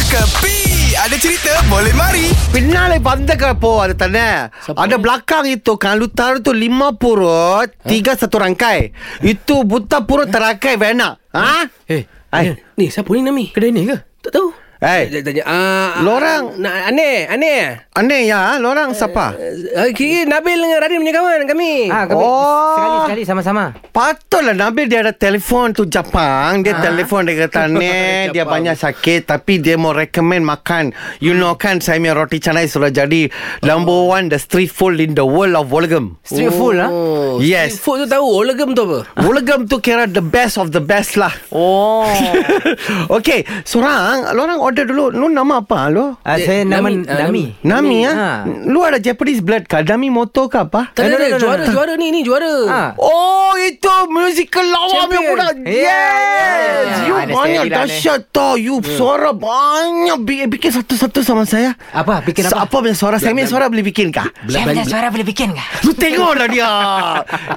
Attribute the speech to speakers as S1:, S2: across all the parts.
S1: Kepi Ada cerita boleh mari
S2: பின்னாலே பந்தக்கப்போ அது தானே ada belakang itu kalau taruh tu lima purut tiga satu rangkai itu buta purut terakai Vena ha
S3: Eh,
S2: Ai.
S3: Ni siapa ni Nami? Kedai ni ke? Tak tahu.
S2: Hey,
S3: Dia tanya, ah,
S2: Lorang.
S3: Na, aneh, aneh.
S2: aneh ya, lorang siapa?
S3: Uh, kira Nabil dengan Radin punya kawan kami.
S4: Ah, kami
S2: Oh.
S4: oh. sekali-sekali sama-sama.
S2: Patutlah Nabil dia ada telefon tu Jepang Dia ha? telefon dia kata Nek dia
S3: Jepang.
S2: banyak sakit Tapi dia mau recommend makan You know kan saya punya roti canai sudah jadi Number one the street food in the world of Wolgam
S4: Street oh. food lah.
S3: Oh,
S2: Yes.
S3: Food tu tahu, olegam tu apa?
S2: Wolgam tu kira the best of the best lah
S4: Oh.
S2: okay, seorang, lorang order dulu. Lu nama apa lo?
S4: ah,
S3: Eh,
S4: saya nama
S3: Nami,
S4: Nami.
S3: ah,
S4: Nami.
S2: Nami ya?
S4: Ha.
S2: Lu ada Japanese blood ke? Dami motor ke apa?
S3: Tak
S4: Eh,
S3: ada,
S4: no, no, no, no,
S3: juara,
S4: no.
S3: juara ni, ni juara.
S4: Ah.
S2: Oh, itu musical lawa punya
S3: Champion.
S2: budak.
S4: Yeah, yeah, yeah,
S2: Yes.
S4: yeah.
S2: You
S4: Ada
S2: banyak
S4: steady lah ni.
S2: dahsyat tau. You suara banyak. Bi- eh, Bikin satu-satu sama saya.
S4: Apa? Bikin
S2: Sa-
S4: apa?
S2: apa punya suara? Saya punya suara boleh bikin kah?
S4: Saya punya suara boleh bikin ke?
S2: Lu tengoklah dia.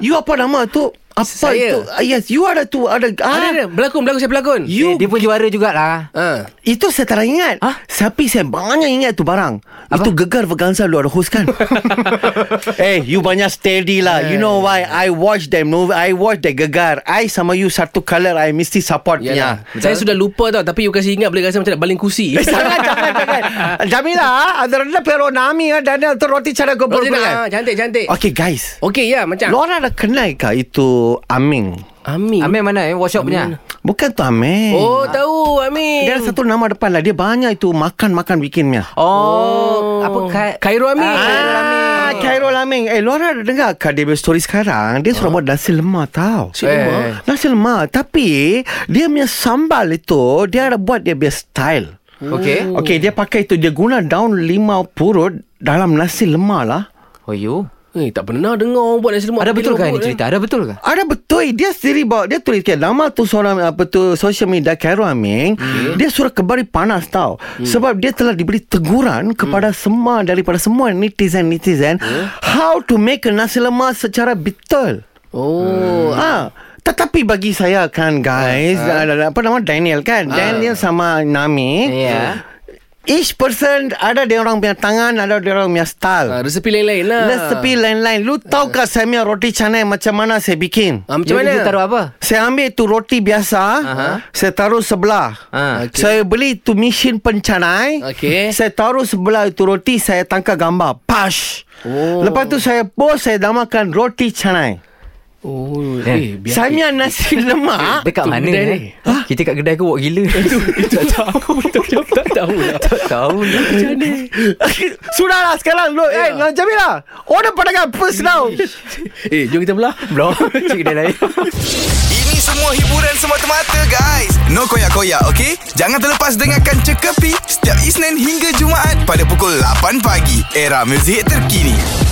S2: You apa nama tu? Apa
S3: Saya.
S2: itu? Ah, Yes, you ada tu. Ada.
S3: Ada, ada.
S2: Ah,
S3: Berlakon, berlakon, saya berlakon.
S2: you
S4: Eh, dia pun juara jugalah.
S3: Ah.
S2: Itu saya tak ingat
S4: Hah?
S2: Tapi saya banyak ingat tu barang Apa? Itu gegar veganza lu ada host kan Eh hey, you banyak steady lah You
S3: Eh.
S2: know why I watch that movie I watch that gegar I sama you satu color I mesti support
S3: Yalah.
S2: punya
S3: Saya sudah lupa tau Tapi you kasi ingat Boleh rasa macam nak baling kursi
S2: Eh, jangan, jangan, jangan. Jamila, ada rendah pero nami ya Daniel tu roti cara kau
S3: Roti nak, ah,
S2: berbulan.
S3: Cantik cantik
S2: Okay guys,
S3: Okey ya macam
S2: Lorang ada kenal ke itu Aming?
S3: Amin
S4: Amir mana? Eh? Workshop punya.
S2: Bukan tu Aming.
S3: Oh tahu Amin
S2: Dia ada satu nama depan lah. Dia banyak itu makan-makan bikinnya.
S4: Oh, apa Kai
S3: Khairul Amin
S2: Ah, Khairul Aming. Eh, Lorna ada dengar ke dia punya story sekarang? Dia suruh buat nasi lemak tau.
S3: Nasi Ah. lemak?
S2: Eh. Nasi lemak. Tapi, dia punya sambal itu, dia ada buat dia punya style.
S4: Okey.
S3: Oh.
S2: Okey, dia pakai itu. Dia guna daun lima purut dalam nasi lemak lah.
S4: Oh, you.
S3: Eh tak pernah dengar orang buat nasi lemak
S4: Ada
S3: Bikin
S4: betul ke
S3: robot
S4: ni
S3: eh.
S4: cerita? Ada betul ke?
S2: Ada betul dia sendiri bawa dia tulis kan nama tu seorang apa tu social media Khairul Aming hmm. dia suruh kebari panas tau hmm. sebab dia telah diberi teguran kepada hmm. semua daripada semua netizen-netizen hmm. how to make a nasi lemak secara betul.
S3: Oh
S2: Ah, tetapi bagi saya kan guys uh, apa nama Daniel kan Daniel sama Nami
S4: Ya.
S2: each person ada dia orang punya tangan ada dia orang punya style.
S3: ah, Resepi lain-lain lah
S2: Hmm. Resepi lain-lain Lu tahu ke saya punya roti canai Macam mana saya bikin
S3: ah, Macam
S4: You-
S3: mana
S4: You taruh apa?
S2: saya ambil tu roti biasa
S4: Aha.
S2: Saya taruh sebelah
S4: Ah,
S2: okay. Saya beli tu mesin pencanai
S3: Okey.
S2: Saya taruh sebelah itu roti Saya tangkap gambar Pash oh. Lepas tu saya post Saya namakan roti canai
S3: Oh
S4: Eh,
S3: eh, biar
S2: Saya punya nasi lemak
S4: Dekat
S3: tu
S4: mana
S3: kedai
S4: ni? Kita kat kedai ke buat gila. Itu itu tahu.
S3: Tak tahu lah
S4: Tak tahu ni.
S2: Sudahlah sekarang Lu Eh yeah. Jamila Order pandangan first now
S3: Eh jom kita belah
S4: Belum. Cik kedai lain.
S1: Ini semua hiburan semata-mata guys No koyak-koyak ok Jangan terlepas dengarkan Cekapi Setiap Isnin hingga Jumaat Pada pukul 8 pagi Era muzik terkini